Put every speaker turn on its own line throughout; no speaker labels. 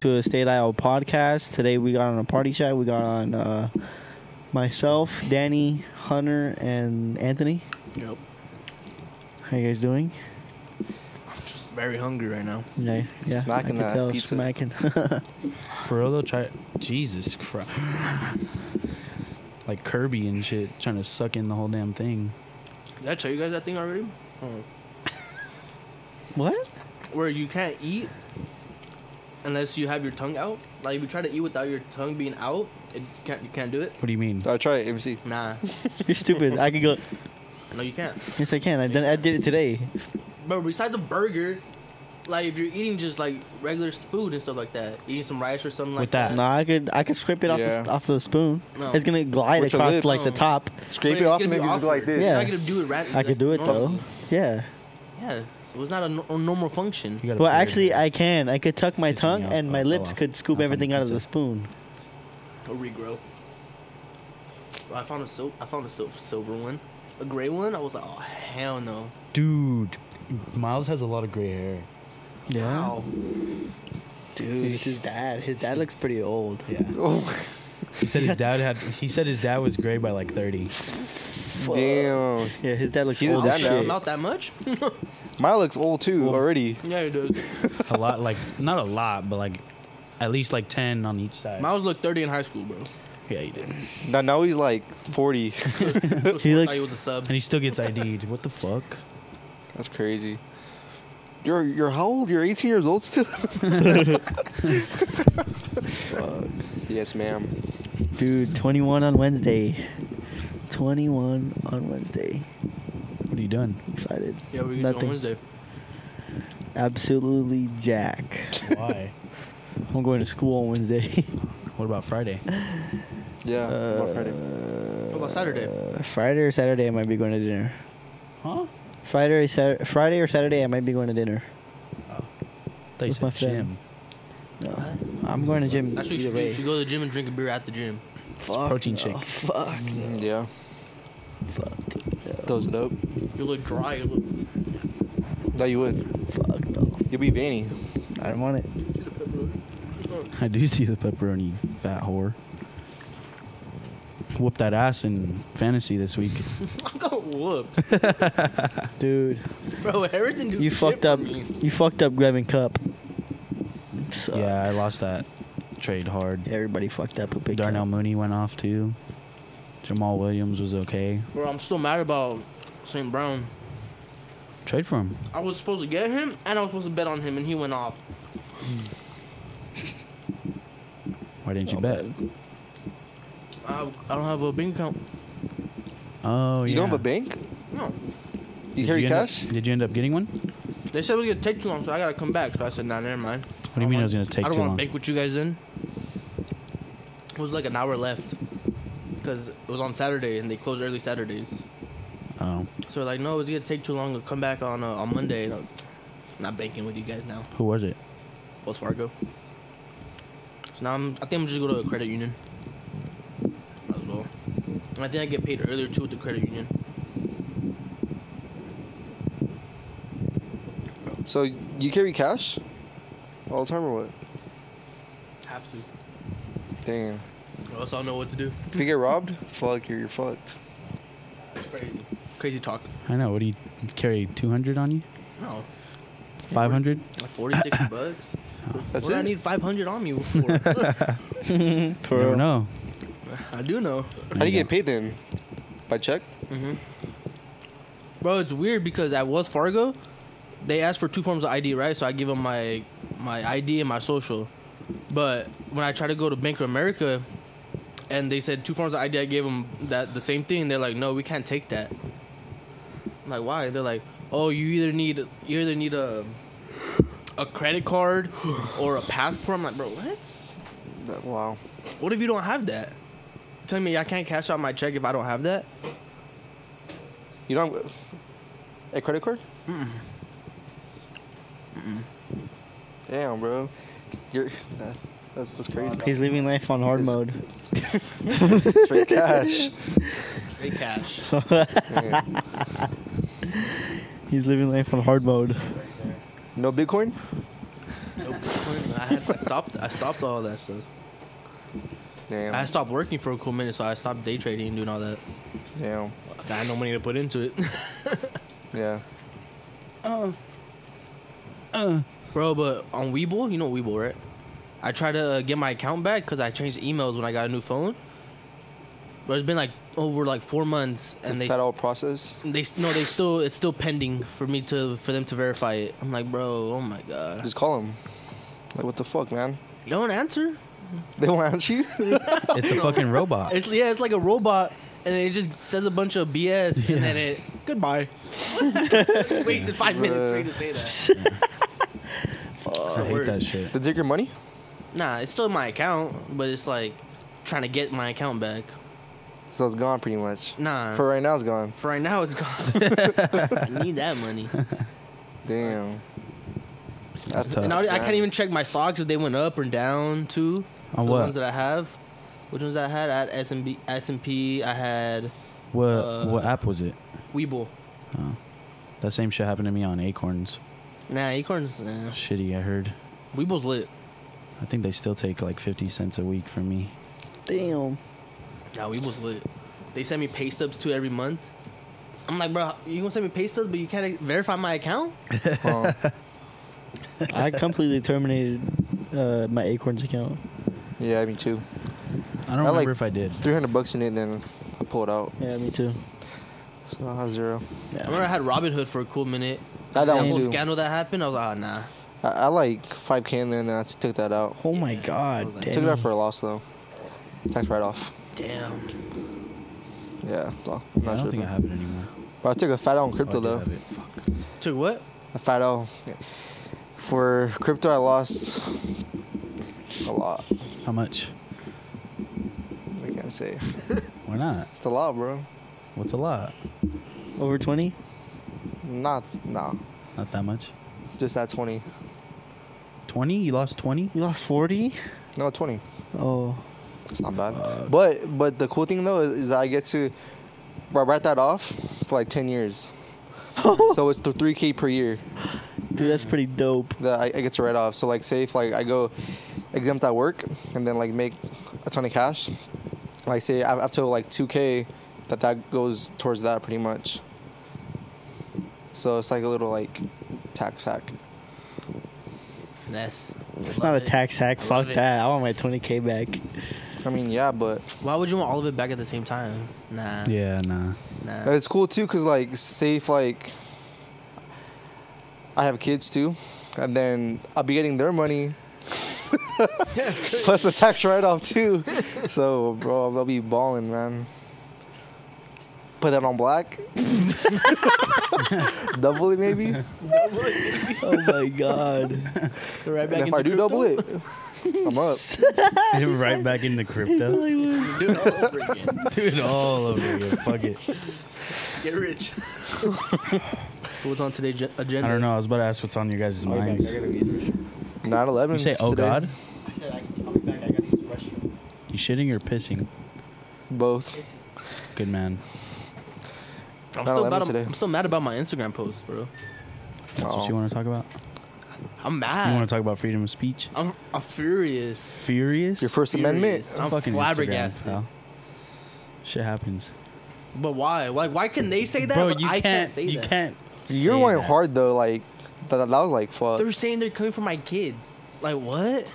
to a State Isle podcast. Today we got on a party chat. We got on uh, myself, Danny, Hunter, and Anthony.
Yep.
How you guys doing?
Very hungry right now.
Yeah, yeah.
Smacking
I can
that
tell,
pizza.
Smacking.
For real though, try Jesus Christ. like Kirby and shit, trying to suck in the whole damn thing.
Did I tell you guys that thing already?
what?
Where you can't eat unless you have your tongue out. Like if you try to eat without your tongue being out, it can't. You can't do it.
What do you mean?
I try it, MC.
Nah,
You're stupid. I could go.
no, you can't.
Yes, I can. I did, I did it today.
But besides the burger, like if you're eating just like regular food and stuff like that, eating some rice or something like
With that.
No, I could. I could scrape it off the,
Yeah. Oh.
s- off the spoon.
No.
It's gonna glide
With your
across
lips.
like the
No.
top.
Scrape
But
it
it's
off
gonna
and make
be
you look like
awkward.
this.
Yeah.
You're not gonna do it right.
I could do it
normally.
though.
Oh.
Yeah.
Yeah, so it's not a, no- a normal function.
You gotta
Well,
put it-
actually, I can. I could tuck my
Excuse me,
tongue,
I'll-
and my
I'll follow
lips
up.
could scoop
I'll
everything out
follow up
of
too.
the spoon.
A regrow. Well, I found a sil- I found a sil- silver one, a gray one. I was like, oh hell no.
dude, Miles has a lot of gray hair.
Yeah.
Wow.
Dude, it's his dad. His dad looks pretty old.
Yeah.
Oh,
He said his dad had. He said his dad was gray by like thirty.
damn.
Yeah, his dad looks
He's a
old
dad
as
now.
shit.
Not that much.
Mine looks old too
Well-
already.
yeah, he does.
A lot, like not a lot, but like at least like ten on each side.
Miles looked 30 in high school, bro.
yeah, he did. And
Now, now he's like 40.
I
He looked-
thought he was a sub.
he still gets ID'd. What the fuck?
That's crazy. You're you're how old? You're 18 years old still? yes, ma'am.
Dude, 21 on Wednesday. 21 on Wednesday.
What are you doing?
Excited.
Yeah, we can do it on
Nothing.
Wednesday.
Absolutely jack.
Why?
I'm going to school on Wednesday.
what about Friday?
Yeah.
Uh,
my Friday.
What about Saturday?
Uh, Friday or Saturday, I might be going to dinner.
Huh?
Friday or, Sat- Friday or Saturday, I might be going to dinner.
Thought you
With my
said
friend.
gym.
No, I'm going to gym
That's what
either
you should do. You
way.
should go to the gym and drink a beer at the gym.
Fuck
protein
no.
shake.
Fuck no.
Yeah.
Fuck no.
Those it up.
You look dry. You look.
No, you would.
Fuck no.
You'll be veiny.
I don't want it.
I do see the pepperoni, you fat whore. Whoop that ass in fantasy this week.
I'm gonna whoop,
Dude,
bro. Harrison, do
you
shit
fucked
for
up.
me.
You fucked up grabbing cup. Sucks.
Yeah, I lost that trade hard.
Everybody fucked up with big
Darnell
cup.
Mooney went off too. Jamal Williams was okay.
Bro, I'm still mad about St. Brown.
Trade for him.
I was supposed to get him, and I was supposed to bet on him, and he went off.
Why didn't you
Oh,
bet?
I, I don't have a bank account.
Oh, yeah.
You don't have a bank?
No.
You
Did
carry
end up-
cash?
did you end up getting one? What
They said it was gonna take too long, so I gotta come back. So I said, nah, never mind.
do you mean it was
want-
going to take
I
too
don't want
long?
to bank with you guys in. It was like an hour left because it was on Saturday and they close early Saturdays.
Oh,
So like, no, it's gonna take too long to come back on uh, on Monday. And I'm not banking with you guys now.
who was it?
Wells Fargo. So now I'm, I think I'm just gonna go to a credit union. Might as well. And I think I get paid earlier too with the credit union.
So you carry cash? All the time or what?
Have to.
Damn.
Or else I'll know what to do.
If you get robbed, fuck, you're, you're fucked.
Crazy. Crazy talk.
I know. What do you carry? 200 on you?
No.
500?
Like 46 bucks.
That's
what do I
it?
need 500 on you for?
You never know.
I do know.
How do you get paid then? By check?
hmm Bro, it's weird because at Wells Fargo, they ask for two forms of ID, right? So I give them my my ID and my social. But when I try to go to Bank of America, and they said two forms of ID, I gave them that the same thing. They're like, no, we can't take that. I'm like, why? They're like, oh, you either need you either need a a credit card or a passport. I'm like, bro, what?
That- wow.
What if you don't have that? Tell me, I can't cash out my check if I don't have that.
You don't have a credit card? Mm. Damn, bro. You're that, that's, that's crazy.
He's leaving life on hard
This-
mode.
Straight cash.
They cash.
Man.
He's living life on hard mode.
No Bitcoin?
Nope. I had, I stopped. I stopped all that stuff.
Damn.
I stopped working for a cool minute, so I stopped day trading and doing all that.
Damn.
I had no money to put into it,
Yeah.
bro. But on Weeble, you know Weeble, right? I tried to uh, get my account back because I changed emails when I got a new phone. But it's been like over like four months, and
the
they
federal process.
they s- no they still it's still pending for me to for them to verify it. I'm like, bro, oh my god,
Just call him. Like what the fuck, man?
you don't answer.
They won't answer you.
It's a fucking robot.
It's yeah, it's like a robot, and it just says a bunch of BS, and then it goodbye. Wasted five minutes for you to say that.
I hate that
Did
shit.
they take your money?
Nah, it's still in my account, but it's like trying to get my account back.
So it's gone pretty much.
Nah,
For
for,
right now, it's gone.
right now it's gone. I need that money,
Damn.
That's tough.
and I, I
man.
can't even check my stocks if they went up or down too.
On
the ones
what?
that I have, which ones I had? I had S and S and P. I had
What?
uh,
what app was it?
Weeble.
That same shit happened to me on Acorns.
Nah, Acorns. Nah.
Shitty, I heard.
Weeble's lit.
I think they still take like 50 cents a week from me.
Damn.
Nah, we was lit. They send me pay stubs too every month. I'm like, bro, you gonna send me pay stubs, but you can't verify my account?
Huh.
I completely terminated uh, my Acorns account.
yeah, me too.
I don't
I like-
remember if I did.
Three hundred bucks in it, then I pulled out.
Yeah, me too.
So I have zero.
I remember I had Robinhood for a cool minute.
I had that
that
one
whole
too.
scandal that happened, I was like, ah, nah.
I, I like five k in there, and then I just took that out.
Oh my god.
Took
Took
Danny.
that for a loss though. Tax write off.
Damn.
Yeah. So,
Yeah,
not
I don't
sure.
think I have it anymore.
But I took a fat out on crypto
Oh, I do
though.
have it. Fuck.
Took what?
A fat out. For crypto, I lost a lot.
How much?
I can't say.
Why not?
It's a lot, bro.
What's a lot?
Over 20?
Not nah.
Not that much.
Just that twenty.
20? You lost 20?
You lost 40?
No, twenty.
Oh.
It's not bad.
Fuck.
but but the cool thing though is, is that I get to bro, I write that off for like ten years. so it's the three k per year
Dude, that's pretty dope.
that I, I get to write off. So like say if like I go exempt at work and then like make a ton of cash, like say up up to like two k, that that goes towards that pretty much. So it's like a little like tax hack.
That's.
That's
love
not a
it.
tax hack.
I
Fuck
love it.
that. I want my 20k back.
I mean yeah, but
Why would you want all of it back at the same time? Nah.
Yeah, nah.
And
Nah.
it's cool too, cause like safe, like I have kids too, and then I'll be getting their money plus the tax write-off too. so, bro, I'll be balling, man. Put that on black, double it maybe.
Oh my god.
Right
And if I do double it, I'm up.
right back into crypto.
Do it all over again.
Dude, all over you. Fuck it.
Get rich. What's on today's ge-
I
agenda?
don't know. I was about to ask what's on your guys' minds. You
9/11.
say, oh
today.
God?
I said I, will be back. I gotta use the restroom.
You shitting or pissing?
Both.
Good man.
I'm
Not
still,
allowed
about,
today.
I'm still mad about my Instagram post, bro.
That's
Oh.
what you want to talk about?
I'm
You want
mad.
to talk about freedom of speech?
I'm, I'm furious.
Furious?
Your First Amendment.
Furious.
It's
I'm
fucking Instagram,
flabbergasted.
pal. Shit happens.
But why? Like, why can they say that?
Bro,
but
you
I
can't,
can't, say
you
that.
can't.
You're
say
going
that.
hard though. Like that, that was like fuck.
They're saying they're coming for my kids. Like what?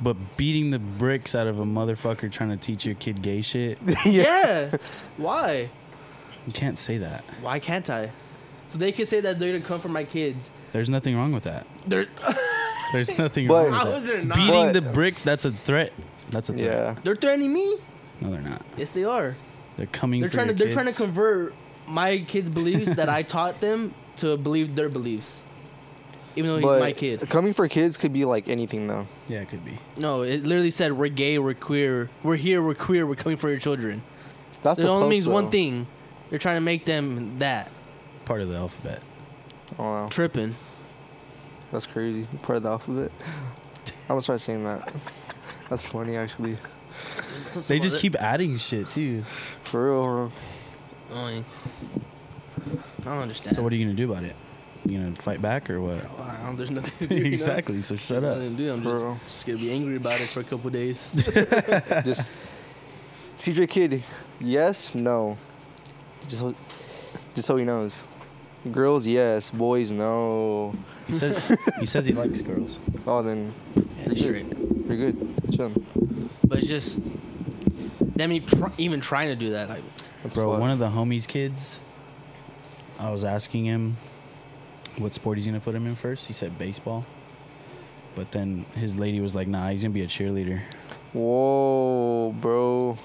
But beating the bricks out of a motherfucker trying to teach your kid gay shit,
Yeah. Why?
you can't say that.
Why can't I? So they can say that they're gonna come for my kids.
There's nothing wrong with that.
They're
There's nothing
But-
wrong
how
with
is there
that.
not?
Beating
But-
the bricks, that's a threat. That's a threat.
yeah.
They're threatening me.
No, they're not.
Yes, they are.
They're coming
They're
for
trying to.
your
They're trying to
kids.
convert my kids' beliefs that I taught them to believe their beliefs. Even though he's
But
Oh, my kid.
coming for kids could be like anything though.
Yeah, it could be.
No, it literally said we're gay, we're queer, we're here, we're queer, we're coming for your children.
That's
it
the
only
post,
means one
though.
thing. They're trying to make them that
Part of the alphabet.
Oh wow,
tripping.
that's crazy. Part of the alphabet. I'm gonna start saying that. That's funny actually.
They just keep adding shit too.
For real. huh?
I don't understand.
So what are you gonna do about it? You gonna fight back or what?
Oh, I down. There's nothing to do. you know?
exactly. So shut up.
Nothing to do. I'm just,
Bro.
just gonna be angry about it for a couple days.
just CJ Kid, yes, no. Just so, just so he knows. Girls, yes. Boys, no.
He says he says he likes girls.
Oh, then
And it's great.
you're good. Chill.
But it's just them e- tr- even trying to do that. Like,
That's
Bro,
what-
one of the homies' kids, I was asking him what sport he's gonna put him in first. He said baseball. But then his lady was like, nah, he's gonna be a cheerleader.
Whoa, bro.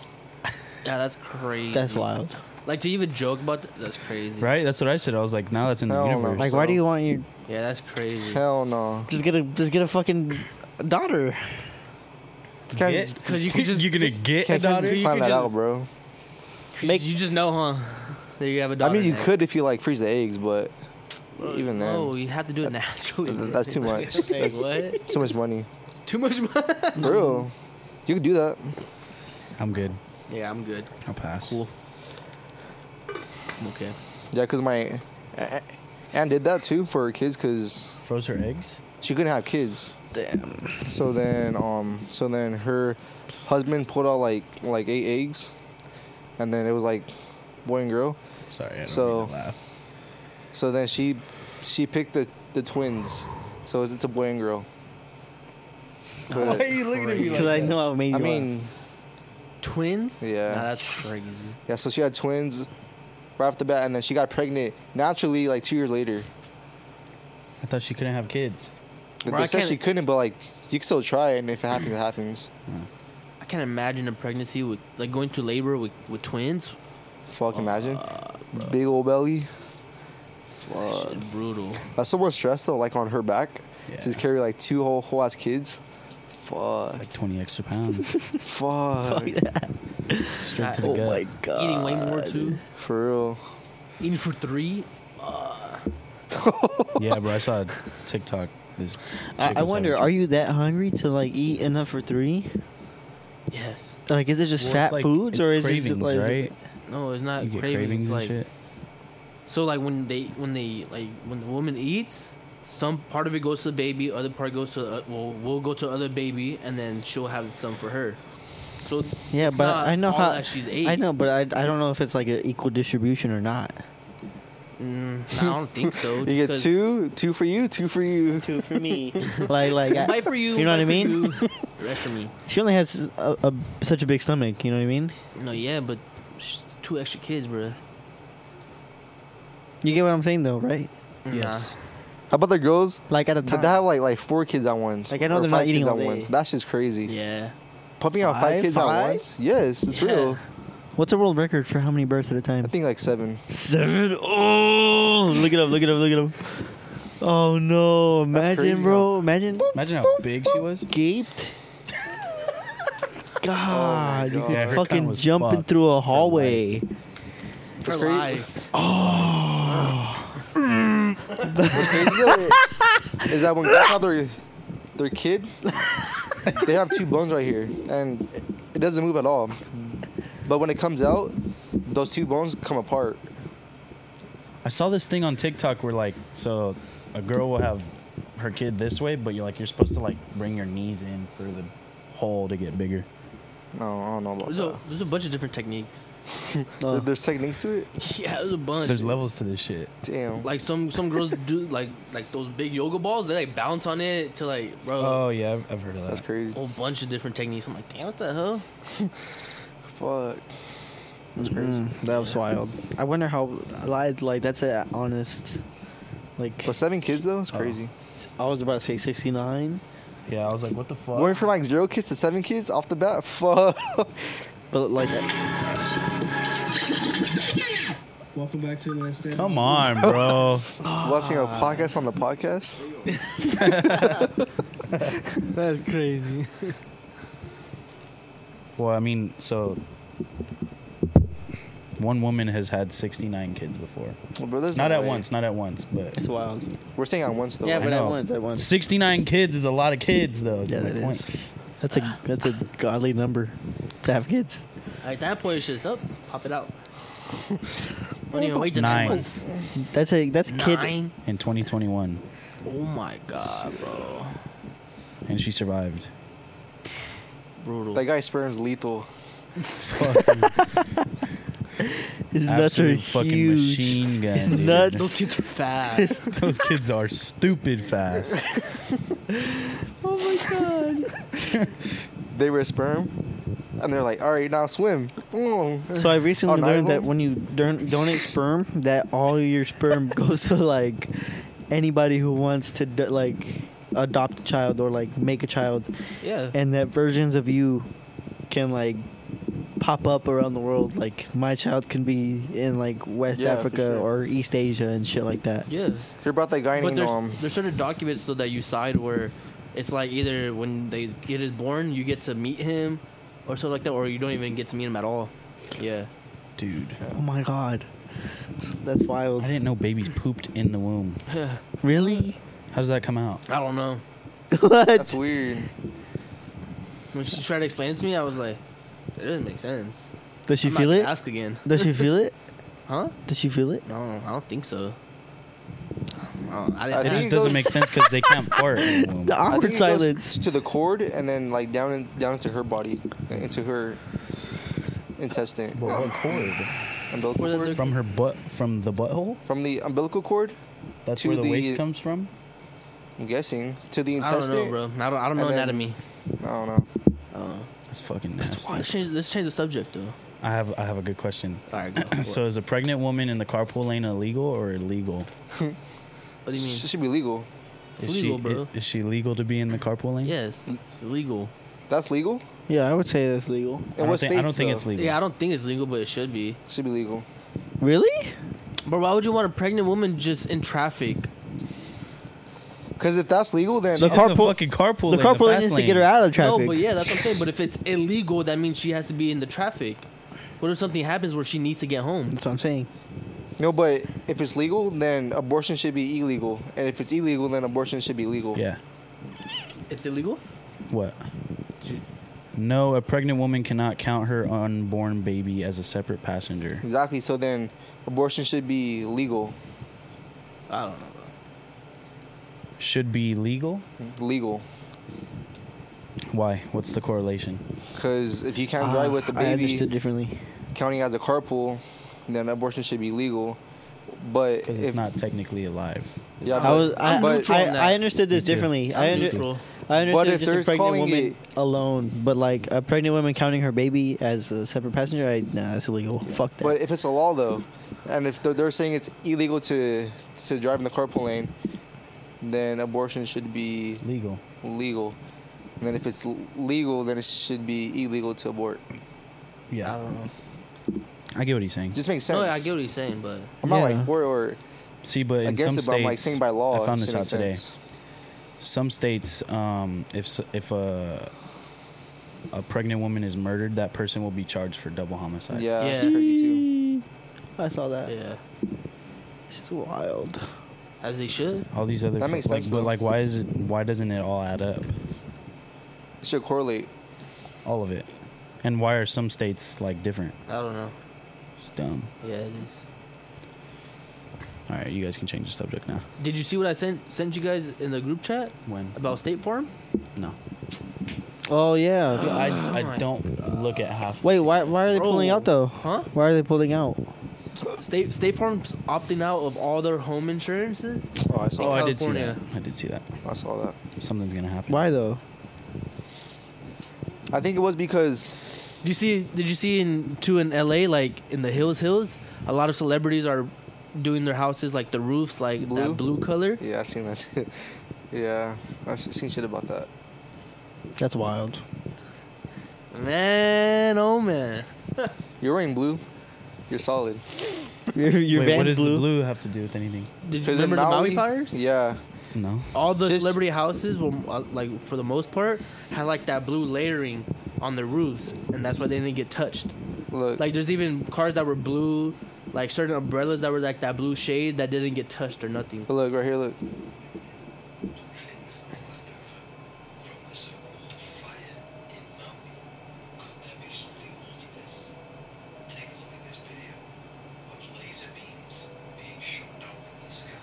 yeah, that's crazy.
That's wild.
Like to even joke about th- that's crazy.
Right? That's what I said. I was like, nah, that's in the
Hell no.
universe.
Like, why do you want your
Yeah, that's crazy.
Hell no.
just get a just get a fucking daughter?
Can't-
Get-
Because you can just
you're gonna get a
Can't,
daughter?
you
find
could
that out,
just-
bro.
Make-
you just know, huh? That you have a
I
daughter.
mean, you
now.
could if you like freeze the eggs, but even then,
Oh, you have to do it naturally.
th-
bro.
that's too much.
like what?
so much money.
Too much money?
For real. You could do that.
I'm good.
Yeah, I'm good.
I'll pass.
Cool. I'm okay.
Yeah, because my a- a- aunt did that too for her kids because
Froze her eggs?
she couldn't have kids.
Damn.
So then, um, so then her husband pulled out like like eight eggs, and then it was like boy and girl.
Sorry, I don't
So-
mean to laugh.
So then she she picked the the twins. So it's, it's a boy and girl. But,
you looking at me
Because I know I made you.
I
laugh.
mean,
Twins?
Yeah.
Nah, that's crazy.
yeah. So she had twins right off the bat, and then she got pregnant naturally like two years later.
I thought she couldn't have kids.
They
Bro, I
said
can't-
she couldn't, but like you can still try, and if it happens, it happens.
I can't imagine a pregnancy with like going to labor with, with twins.
Fuck, imagine
Uh,
big old belly.
that
Fuck.
shit's brutal.
That's so much stress though, like on her back.
Yeah.
She's carrying like two whole whole ass kids. Fuck.
Like 20 extra pounds.
Fuck.
Straight to the
Oh
gut.
god.
Eating way more too.
For real.
Eating for three.
Yeah, bro, I saw a TikTok. This
I,
chick
I
was
wonder,
having-
are you that hungry to like eat enough for three?
Yes.
Like, is it just
Well, it's
fat
like-
foods
it's
or is it
cravings,
just like?
right?
No, it's not
You get
Uh, cravings.
cravings and
like
shit.
so, like when they when they like when the woman eats, some part of it goes to the baby, other part goes to uh, well, will go to other baby, and then she'll have some for her. So
Yeah,
it's
but
not
I know
all
how-
that she's ate.
I know, but I, I don't know if it's like an equal distribution or not.
Mm, nah, I don't think so.
You
just
get
'cause-
two, two for you, two for you.
Two for me. like like I-
Fight for you.
You know what I
fight
mean?
for you. The rest for me.
She only has a, a, such a big stomach. You know what I mean?
No, yeah, but sh- two extra kids, bro.
You get what I'm saying though, right?
Yes.
How about the girls?
Like at a
Did
time.
they have like like four kids at once?
Like, I know
or
they're not
five
eating
kids
all
at
day.
once. That's just crazy.
Yeah. Yeah.
Pumping out five
Five?
kids
Five?
at once? Yes, it's
Yeah.
real.
What's a world record for how many births at a
I
time?
think like seven.
Seven. Oh, look it up. Look it up. Look it up. Oh no! Imagine,
crazy,
bro. Imagine
Imagine how big she was.
gaped. Oh God, you
God.
could
Yeah, her
cum
fucking
was
jumping
fucked
through a
for
hallway.
For
great.
life.
What's crazy though, is that when girls have their their kid, they have two bones right here, and it doesn't move at all.
Mm.
But when it comes out, those two bones come apart.
I saw this thing on TikTok where like, so a girl will have her kid this way, but you're like, you're supposed to like bring your knees in through the hole to get bigger.
No, I don't know about
There's
that.
a, there's a bunch of different techniques.
Uh.
Oh.
There's techniques to it.
Yeah, there's a bunch.
There's levels to this shit.
Damn.
Like some some girls do like like those big yoga balls. They like bounce on it to like bro.
Oh yeah, I've, I've heard of that.
That's
A
crazy.
whole bunch of different techniques. I'm like, damn, what the hell?
Fuck. That's crazy.
Mm, that was wild. I wonder how lied like that's an honest. Like
But seven kids though, it's
Oh.
crazy.
I was about to say sixty nine,
Yeah, I was like, what the fuck?
Going from like zero kids to seven kids off the bat. Fuck.
but like
Welcome back to Last Stand.
Come on, bro.
Watching a podcast on the podcast.
That's crazy.
well, I mean, so one woman has had 69 kids before.
Well, bro, there's
Not
no
at
way.
once, not at once, but
it's wild.
We're saying at once though.
yeah,
like-
but
I
at
know.
once, at once.
69 kids is a lot of kids though. is
Yeah,
my
that
point.
is. That's a that's a godly number to have kids.
At that point, it's just up, pop it out. Don't even wait to nine
Nine.
months.
That's a that's a kid.
Nine.
In 2021.
Oh my god, bro.
and she survived.
Brutal.
That guy sperm's lethal.
Fucking
His nuts are
absolute
huge.
fucking machine gun.
His
dude.
nuts.
Those kids are fast.
Those kids are stupid fast.
oh my god.
They were a sperm, and they're like, all right, now swim. Boom.
So I recently
On nine
learned
Oh, of
that
them?
when you don- donate sperm, that all your sperm goes to like anybody who wants to do- like adopt a child or like make a child,
Yeah.
and that versions of you can like pop up around the world. Like my child can be in like West
Yeah, for
Africa
sure.
or East Asia and shit like that.
Yeah.
Hear about that guy
But
named
there's,
um.
there's certain documents though that you signed where it's like either when they kid is born you get to meet him or something like that, or you don't even get to meet him at all. Yeah.
Dude.
Oh my god, that's
I
wild.
didn't know babies pooped in the womb.
I
Really?
How does that come out?
don't know.
That's
what?
weird.
When she tried to explain it to me, I was like, that doesn't make sense.
Does she
I'm not
feel
gonna
it?
Ask again,
Does she feel it?
huh?
Does she feel it?
No, I don't think so. Oh, I
I
didn't.
think
It just
it
doesn't
goes-
make sense because they can't fart in the womb.
The
I
awkward
think it goes
silence.
to the cord, and then like down in, down into her body, into her intestine, um,
cord?
umbilical
Where the-
cord.
From her butt, from the butthole?
From the umbilical cord,
That's
To
where the,
the-
waste comes from?
I'm guessing to the
I don't
intestine.
know, bro. I don't. I don't
And
know
then-
anatomy.
I don't know.
I
Oh.
don't know.
That's fucking
Let's,
nasty.
let's change. Let's change the subject though.
I have I have a good question.
All right, go.
So is a pregnant woman in the carpool lane illegal or illegal?
what do you mean?
It should be legal.
It's
is
legal,
she,
bro.
i- Is she legal to be in the carpool lane?
Yes, it's illegal.
That's legal.
Yeah, I would say that's legal.
I don't, think, I don't think it's legal.
Yeah, I don't think it's legal, but it should be.
Should be legal.
Really?
But why would you want a pregnant woman just in traffic?
Because if that's legal, then
The
She's in the
carpool-
fucking carpool
the
lane.
carpool lane
fast
needs to
lane.
get her out of traffic.
No, but yeah, that's what I'm saying. But if it's illegal, that means she has to be in the traffic. What if something happens where she needs to get home?
That's what I'm saying.
no. But if it's legal, then abortion should be illegal, and if it's illegal, then abortion should be legal.
Yeah.
It's illegal.
What? No, a pregnant woman cannot count her unborn baby as a separate passenger.
Exactly. So then, abortion should be legal.
I don't know. bro.
Should be legal?
Legal.
Why? What's the correlation?
Because if you can't
Ah,
drive with the
I
baby,
understood differently.
counting as a carpool, then abortion should be legal. But
Because it's
if
not technically alive.
yeah,
I was. I,
I'm neutral
I,
on that.
I understood this
Me too.
differently.
I'm
I, under,
neutral.
I
But
understood
if
just a
there's
pregnant
calling
woman
it-
alone, but like a pregnant woman counting her baby as a separate passenger, I nah, that's illegal. Fuck that.
but if it's a law though, and if they're, they're saying it's illegal to to drive in the carpool lane, then abortion should be
Legal.
legal. And then if it's l- legal, then it should be illegal to abort.
Yeah.
I don't know.
I get what he's saying.
just makes sense.
No, I get what he's saying, but
am not
Yeah.
like for or
See, but in
against
some
it, but I'm like
states-
saying by law.
I found
it
this
should
out
make
today.
sense.
Some states, um, if s- if a a pregnant woman is murdered, that person will be charged for double homicide.
Yeah,
Yeah.
it's crazy too.
I saw that.
yeah,
It's just wild.
as they should.
All these other
That
fu-
makes
like,
sense,
But
though.
like, why is it? Why doesn't it all add up?
It should correlate.
All of it. And why are some states like different?
I don't know.
It's dumb.
Yeah, it is.
All right, you guys can change the subject now.
Did you see what I sent sent you guys in the group chat
When?
about State Farm?
No.
Oh yeah.
I, I
my
don't look at half.
Wait, why why are they pulling out though?
Huh?
Why are they pulling out?
State State Farm's opting out of all their home insurances.
Oh, I saw.
Oh, I did see that.
California.
I did see that.
I saw that.
Something's gonna happen.
Why though?
I think it was because
Do you see? Did you see in too in L.A. like in the Hills Hills? A lot of celebrities are doing their houses like the roofs like
Blue?
that blue color.
yeah, I've seen that. Too. yeah, I've seen shit about that.
That's wild.
Man, oh man.
You're wearing blue. You're solid.
Your, your
Wait, what
van's
does
blue.
the blue have to do with anything?
Did you
'Cause in
remember the Maui fires?
Yeah.
No.
All the
Just-
celebrity houses were uh, like for the most part had like that blue layering on their roofs, and that's why they didn't get touched.
Look.
Like there's even cars that were blue, like certain umbrellas that were like that blue shade that didn't get touched or nothing.
look right here. Look.
From the so-called fire in Maui, could there be something more to this? Take a look at this video of laser beams being shot down from the sky.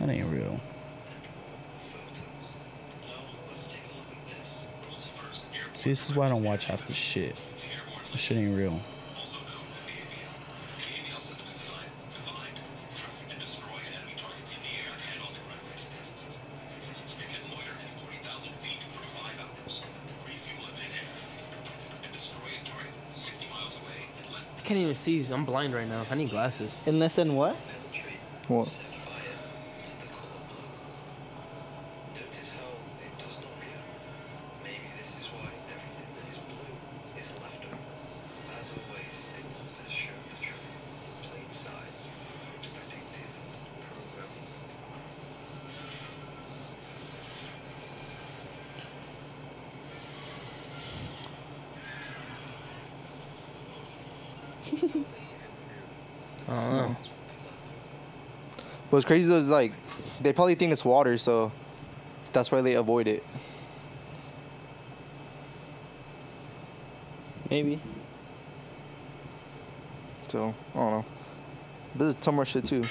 That ain't real.
Photos. No, let's take a look at this. Rules of first
See, this is why I don't watch half the shit. This shit ain't real.
also known as the ABL. The ABL system is designed to find, track, and destroy an enemy target in the air and on the runway. It can loiter at 40,000 feet for five hours, refuel in midair, and destroy a target 60 miles away in less
I can't even see. I'm blind right now. I need glasses.
In less than what?
penetrate,
What?
set fire to the core blue. Notice how it does not react. Maybe this is why everything that is blue is left over. As always, they love to show the truth in plain sight. It's predictive, programming.
I don't know.
What's crazy though is like they probably think it's water, so that's why they avoid it.
Maybe.
So I don't know. There's some more shit too.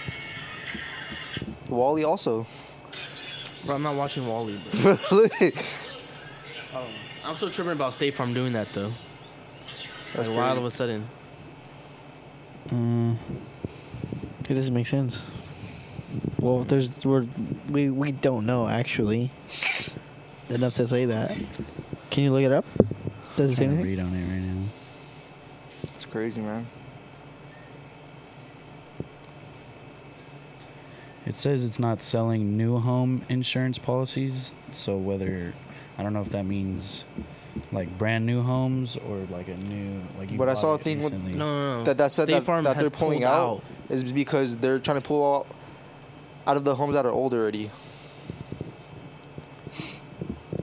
Wally also.
Bro, I'm not watching Wally.
That's
I'm still tripping about State Farm doing that though. Like,
crazy.
why all of a sudden?
Mm,
It doesn't make sense. Well, there's we're, we we don't know actually. Enough to say that. Can you look it up? Does it say
trying
anything?
to read on it right now.
It's crazy, man.
It says it's not selling new home insurance policies, so whether I don't know if that means like brand new homes or like a new like.
But I
bought
saw a
it
thing with-
recently.
No, no, no.
That that's that,
State
that,
Farm
that
has
they're pulling
pulled
out, is because they're trying to pull out out of the homes that are older already.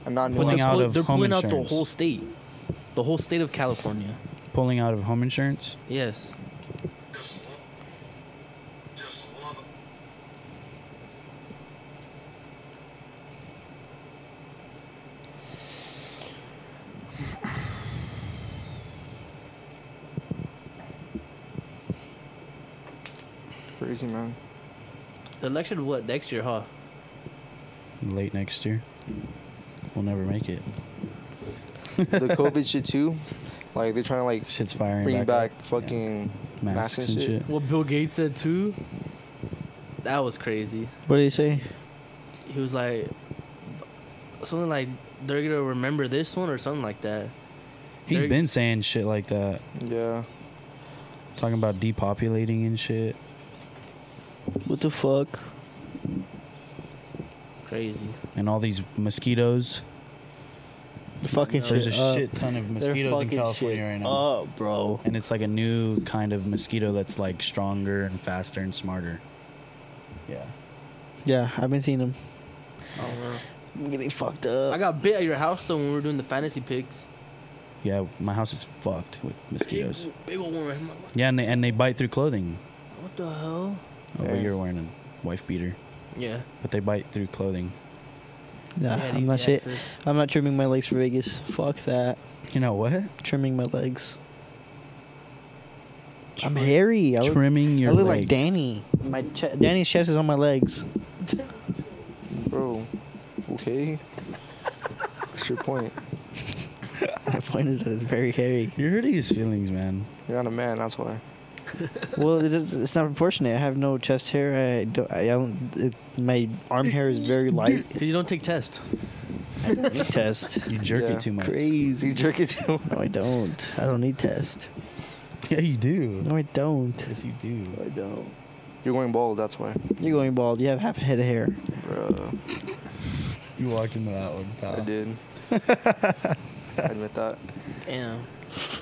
And not new.
they're
Pulling
ones.
out
pull-
of
they're
home
pulling out the
insurance.
whole state, the whole state of California.
pulling out of home insurance.
Yes.
Just love, just love it.
Crazy, man.
The election what next year, huh?
Late next year, we'll never make it.
the COVID shit too. Like they're trying to like
Shit's firing.
bring back,
up. Yeah.
fucking
masks, and shit.
What Bill Gates said too. That was crazy.
What do you say?
He was like, something like they're gonna remember this one or something like that.
He's
They're-
been saying shit like that,
Yeah.
talking about depopulating and shit.
What the fuck?
Crazy.
and all these mosquitoes.
The fucking shit.
There's a
up.
shit ton of
They're
mosquitoes in
fucking
California
shit
right now.
up, bro.
And it's like a new kind of mosquito that's like stronger and faster and smarter. Yeah.
Yeah, I've been seeing them.
I don't know.
I'm getting fucked
I
up.
got bit at your house though when we were doing the fantasy picks.
Yeah, my house is fucked with mosquitoes.
Big, big old one. I'm like,
Yeah, and they, and they bite through clothing.
What the hell?
Oh,
Yeah.
but you're wearing a wife beater.
Yeah.
But they bite through clothing.
Nah,
We had
I'm
easy
not shit.
access.
I'm not trimming my legs for Vegas. Fuck that.
You know what?
Trimming my legs. I'm hairy. I look,
Trimming
I
your
look
legs.
like Danny. My che- Danny's chest is on my legs.
Bro. Okay. That's your point.
My point is that it's very hairy.
You're hurting his feelings, man.
You're not a man, that's why.
Well, it is, it's not proportionate. I have no chest hair. I don't. I don't. It, my arm hair is very light.
Cause you don't take test.
I don't need test.
You jerk
Yeah.
it too much.
Crazy.
You jerk it too.
No, I don't. I don't need test.
Yeah, you do.
No, I don't.
Yes, you do.
I don't.
You're going bald, that's why.
You're going bald. You have half a head of hair.
Bro.
You walked into that one, pal.
I did. I admit that.
Damn.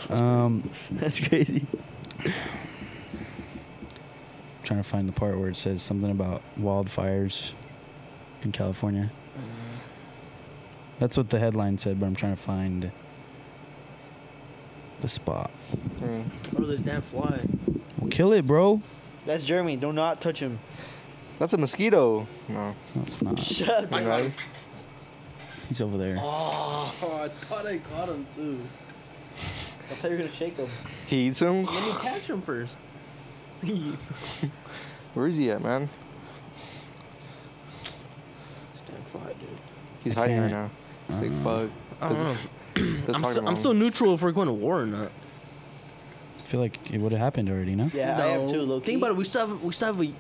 Um,
That's crazy.
trying to find the part where it says something about wildfires in California. That's what the headline said, but I'm trying to find the spot.
Mm.
Bro, this damn fly.
Well, kill it, bro.
That's Jeremy. Do not touch him.
That's a mosquito. No.
That's not.
Shut up.
You know?
He's over there.
Oh, I thought I caught him too.
I thought you were gonna shake him.
He eats him?
Let me catch him first.
Where is he at, man? He's
I
hiding right now.
can't-
He's like,
Uh,
fuck.
I don't know.
They're
I'm,
talking
still,
about
I'm
him.
still neutral if we're going to war or not.
I feel like it would have happened already, no?
Yeah, I have
No.
two. Low
Think about it. We still have we still have a,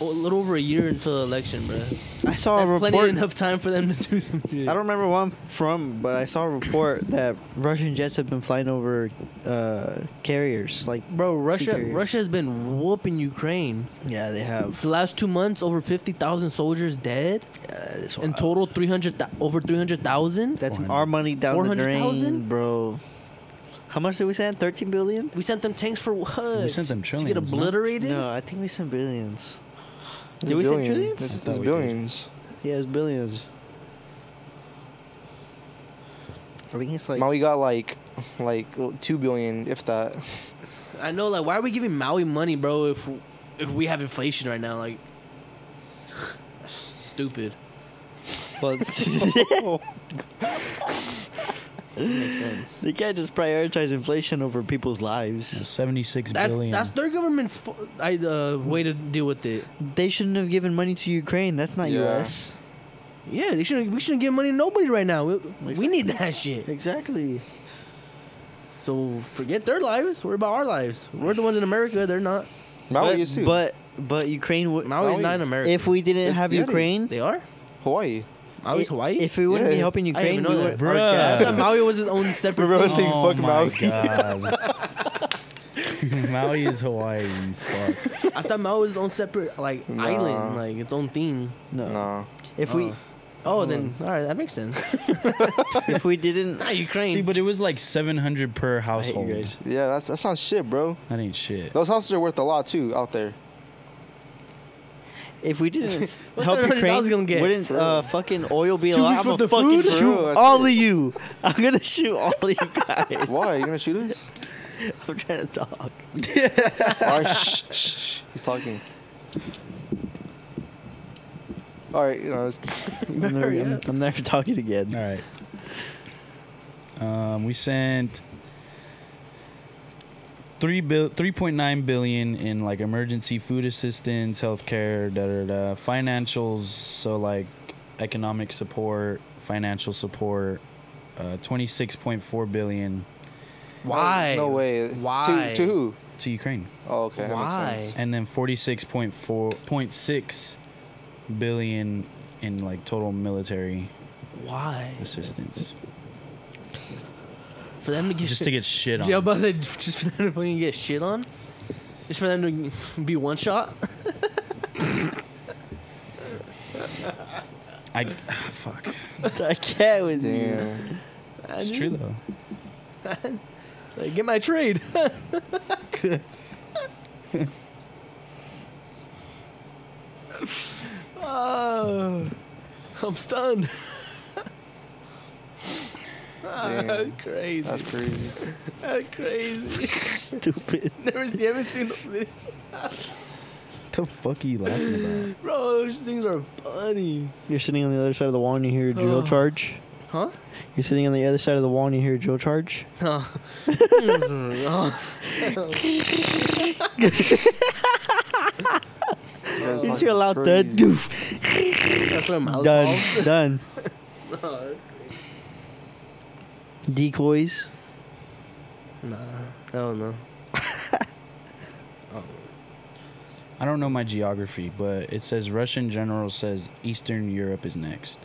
a little over a year until the election, bro.
I saw a
Oh,
That's
report.
plenty enough time for them to do some shit.
I don't remember where I'm from, but I saw a report that Russian jets have been flying over uh, carriers. Like,
Bro, Russia
Superior.
Russia has been whooping Ukraine.
yeah, they
The
have.
last two months, over fifty thousand soldiers dead.
Yeah, this
In total, three hundred over three hundred thousand.
That's our money down the drain,
400,000?
bro. How much did we send? Thirteen billion?
We sent them tanks for what?
We sent them
to get
trillions, no?
obliterated.
No, I think we sent billions.
It's
Did we send
billion.
trillions?
It's,
I
it's
thought we did.
billions.
Yeah, it's billions. I think it's like
Maui got like, like well, two billion, if that.
I know, like, why are we giving Maui money, bro? If if we have inflation right now, like, that's stupid.
well,
Makes sense.
you can't just prioritize inflation over people's lives.
Seventy-six
That,
billion.
That's their government's fu- I, uh, way to deal with it.
They shouldn't have given money to Ukraine. That's not
Yeah.
U.S.
Yeah, they shouldn't. We shouldn't give money to nobody right now. We, we
Exactly.
need that shit.
Exactly.
So forget their lives. Worry about our lives. We're the ones in America. They're not.
Maui
but,
is too.
but but Ukraine. W-
Maui's
Maui-
not in America.
If we didn't
It-
have
yeah, they-
Ukraine,
they are.
Hawaii.
Maui's
i-
Hawaii.
If we wouldn't be
Yeah.
helping
I didn't even
Ukraine,
know
we
that.
would.
Bruh.
I thought
Our gas-
Maui was his own separate.
Bro, I was
thing.
saying
Oh
fuck Maui.
God. Maui is Hawaii. Fuck.
I thought Maui was its own separate like
Nah.
island, like its own thing.
no.
No.
If we
Oh, then all right, that makes sense.
if we didn't,
not Ukraine.
See, but it was like seven hundred per
I hate
household.
you guys.
Yeah, that's that's not shit, bro.
That ain't shit.
Those houses are worth a lot too out there.
If we didn't
What's
help
that hundred
Ukraine,
dollars gonna get?
wouldn't uh, fucking oil be
Two
allowed?
weeks
I'm
worth
gonna
of
fucking
food?
shoot
Bro, that's
all
it.
of you. I'm gonna shoot all of you guys.
Why? You gonna shoot us?
I'm trying to talk.
All right, shh, shh, shh. He's talking. All right, you know, it's
I'm never,
Hurry
I'm,
up.
I'm never talking again.
All right. Um, we sent three bill, three point nine billion in like emergency food assistance, healthcare, da da da, financials. So like economic support, financial support. Uh, twenty six point four billion
Why?
No way.
Why?
To, to who?
to Ukraine,
Oh, okay. that makes
Why?
sense.
and then forty six point four point six billion in like total military
Why?
assistance,
For them to get
just to get shit on.
Yeah, but they- just for them to fucking get shit on, just for them to be one shot.
I ah, fuck.
I can't with you.
Damn.
It's true though.
Like, get my trade. oh, I'm stunned. Ah,
Damn.
crazy.
That's crazy.
That's crazy.
Stupid.
Never seen, haven't seen this.
the fuck are you laughing about?
Bro, those things are funny.
You're sitting on the other side of the wall and you hear a drill
Ugh.
charge.
Huh?
You're sitting on the other side of the wall and you hear a drill charge.
You guys
You
talking
hear a loud thud.
crazy.
Doof.
That's what I'm
Done. Done.
Oh,
Decoys.
Nah, I don't know.
I don't know my geography, but it says Russian general says Eastern Europe is next.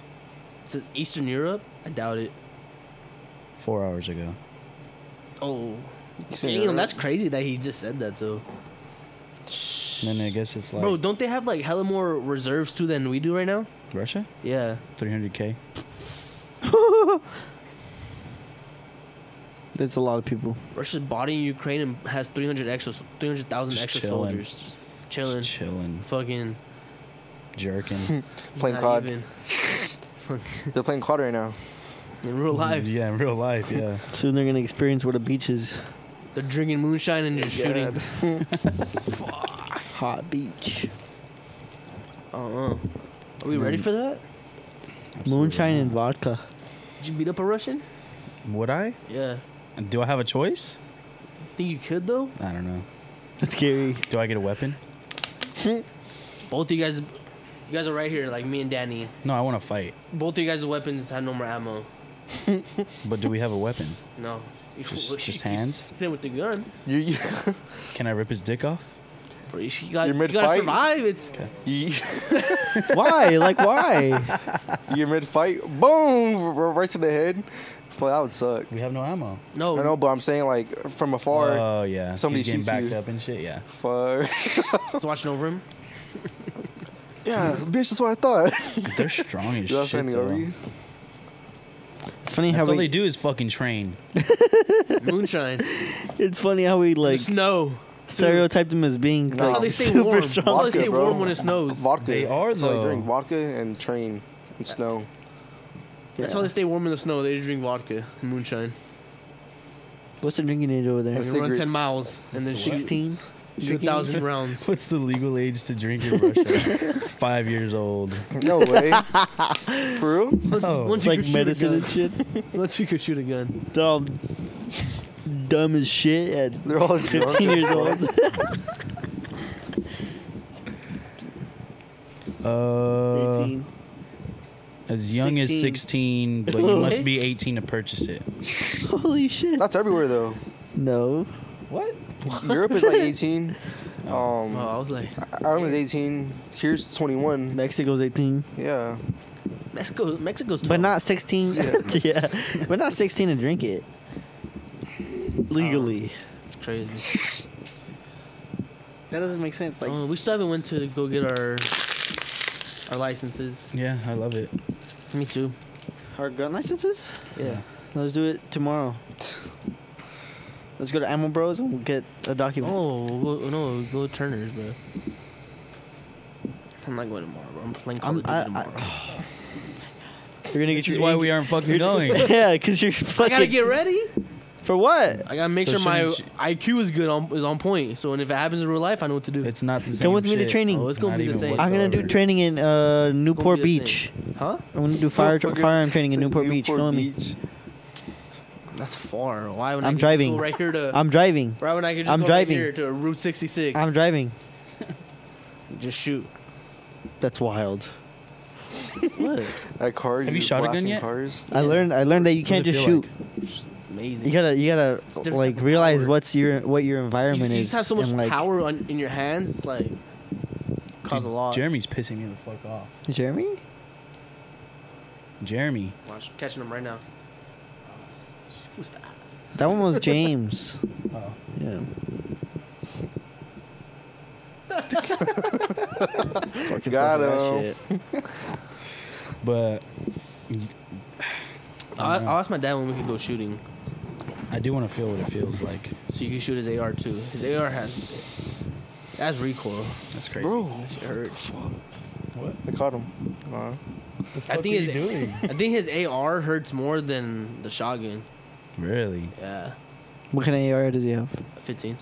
Says Eastern Europe? I doubt it.
Four hours ago.
Oh,
You
damn,
seen it, right?
that's crazy that he just said that though.
And then I guess it's like
Bro, don't they have like hella more reserves too than we do right now?
Russia,
Yeah.
300k.
That's a lot of people.
Russia's bodying Ukraine and has 300 extra, 300,000
Just
extra
chilling.
soldiers. Just chilling.
Just chilling,
fucking.
jerking.
Playing
not
COD.
even.
They're playing COD right now.
In real life.
Yeah, in real life. Yeah.
Soon they're gonna experience what a beach is.
They're drinking moonshine and just shooting.
Hot beach.
Uh-uh. Are we ready
Mm.
for that?
Absolutely
Moonshine and
not.
vodka.
Did you beat up a Russian?
Would I?
Yeah.
Do I have a choice?
Think you could though?
I don't know.
That's scary.
Do I get a weapon?
Both of you guys. You guys are right here, like me and Danny.
No, I want to fight.
Both of you guys' weapons had no more ammo.
But do we have a weapon?
No.
Just, just hands?
Playing with the gun.
You, you,
Can I rip his dick off?
Bro, you, you got,
You're
you gotta
mid-fight.
survive. It's
you,
why? Like why?
you're mid fight, boom, r- right to the head. Boy, that would suck.
We have no ammo.
no.
I know, but I'm saying like from afar.
Uh.
oh yeah,
somebody
He's getting
shoots
backed
you.
up and shit. Yeah,
fuck.
It's watching over him.
yeah, bitch. That's what I thought.
they're strong as
You're not
shit.
standing
though.
over you.
It's funny
That's
how
all
we.
they do is fucking train.
Moonshine.
It's funny how we like
the snow.
stereotyped them as being
That's
That's how
like
they stay
super
warm. That's
strong.
how they stay warm when it snows.
Vodka.
They are,
That's all
though.
They drink vodka and train and snow.
That's how they stay warm in the snow. They just drink vodka and moonshine.
What's the drinking age over there?
That's-
And run 10
Cigarettes.
miles and then shoot,
Sixteen.
shoot a 1,000 rounds.
What's the legal age to drink in Russia? Five years old.
No way. For real?
Once,
Oh.
It's
once you
like
could shoot a
medicine
gun.
and shit.
Once you could shoot a gun.
They're all dumb as shit at
They're all drunk
15
as
years
fuck.
old.
Uh,
18.
as young as 16, but you must be 18 to purchase it.
Holy shit.
That's everywhere though.
No.
What?
Europe is like 18.
Oh,
Um,
I was like,
Ireland's 18. Here's 21.
Mexico's 18.
Yeah.
Mexico, Mexico's
But
12.
not 16.
Yeah.
yeah. But not 16 to drink it. Legally.
It's crazy.
That doesn't make sense.
Uh, we still haven't went to go get our our licenses.
Yeah, I love it.
Me too.
our gun licenses?
Yeah.
Let's do it tomorrow. Let's go to Ammo Bros and we'll get a document.
Oh we'll go, no, we'll go to Turner's, bro. I'm not going tomorrow, bro. I'm playing Call
I'm-
of Duty
I- I-
tomorrow. I,
You're gonna
This
get
is
your
why
ink-
we aren't fucking going.
yeah, because you're fucking.
gotta get ready.
For what?
I gotta make
So
sure my
shouldn't you-
IQ is good on is on point. So, and if it happens in real life, I know what to do.
It's not the same.
with me to
shit.
training.
Oh, it's gonna
Not
be the
even
same.
I'm gonna do
whatsoever.
training in uh, Newport
the
Beach.
huh?
I'm gonna do fire
Motherfucker,
firearm training in
it's
Newport, Beach. Go on me.
Beach.
That's far. Why would I
I'm
get
driving.
go right here to?
I'm driving.
right when I could just
I'm
go
driving.
right here to Route 66.
I'm driving.
just shoot.
That's wild.
Look,
At cars,
Have
you're
you shot a gun
blasting
yet?
Cars.
I learned. I learned that you
What
can't
does it
just
feel
shoot.
it's amazing.
You gotta. You gotta
different
like
type of
realize
power.
what's your what your
You-
environment
you
is.
just have so much
and, like,
power on, in your hands. It's like cause a lot.
Jeremy's pissing me the fuck off.
Jeremy.
Jeremy.
Watch, catching him right now. Who's that?
That one was James.
Oh.
Yeah. Fucking
Got
fucking that
him.
shit.
But
I'll, I'll ask my dad when we can go shooting,
I do want to feel what it feels like.
so you can shoot his AR too. His AR has that's recoil.
That's crazy.
Bro,
It hurts.
What?
I caught him. Uh,
I think his I think his AR hurts more than the shotgun.
Really?
Yeah,
What kind of AR does he have?
15.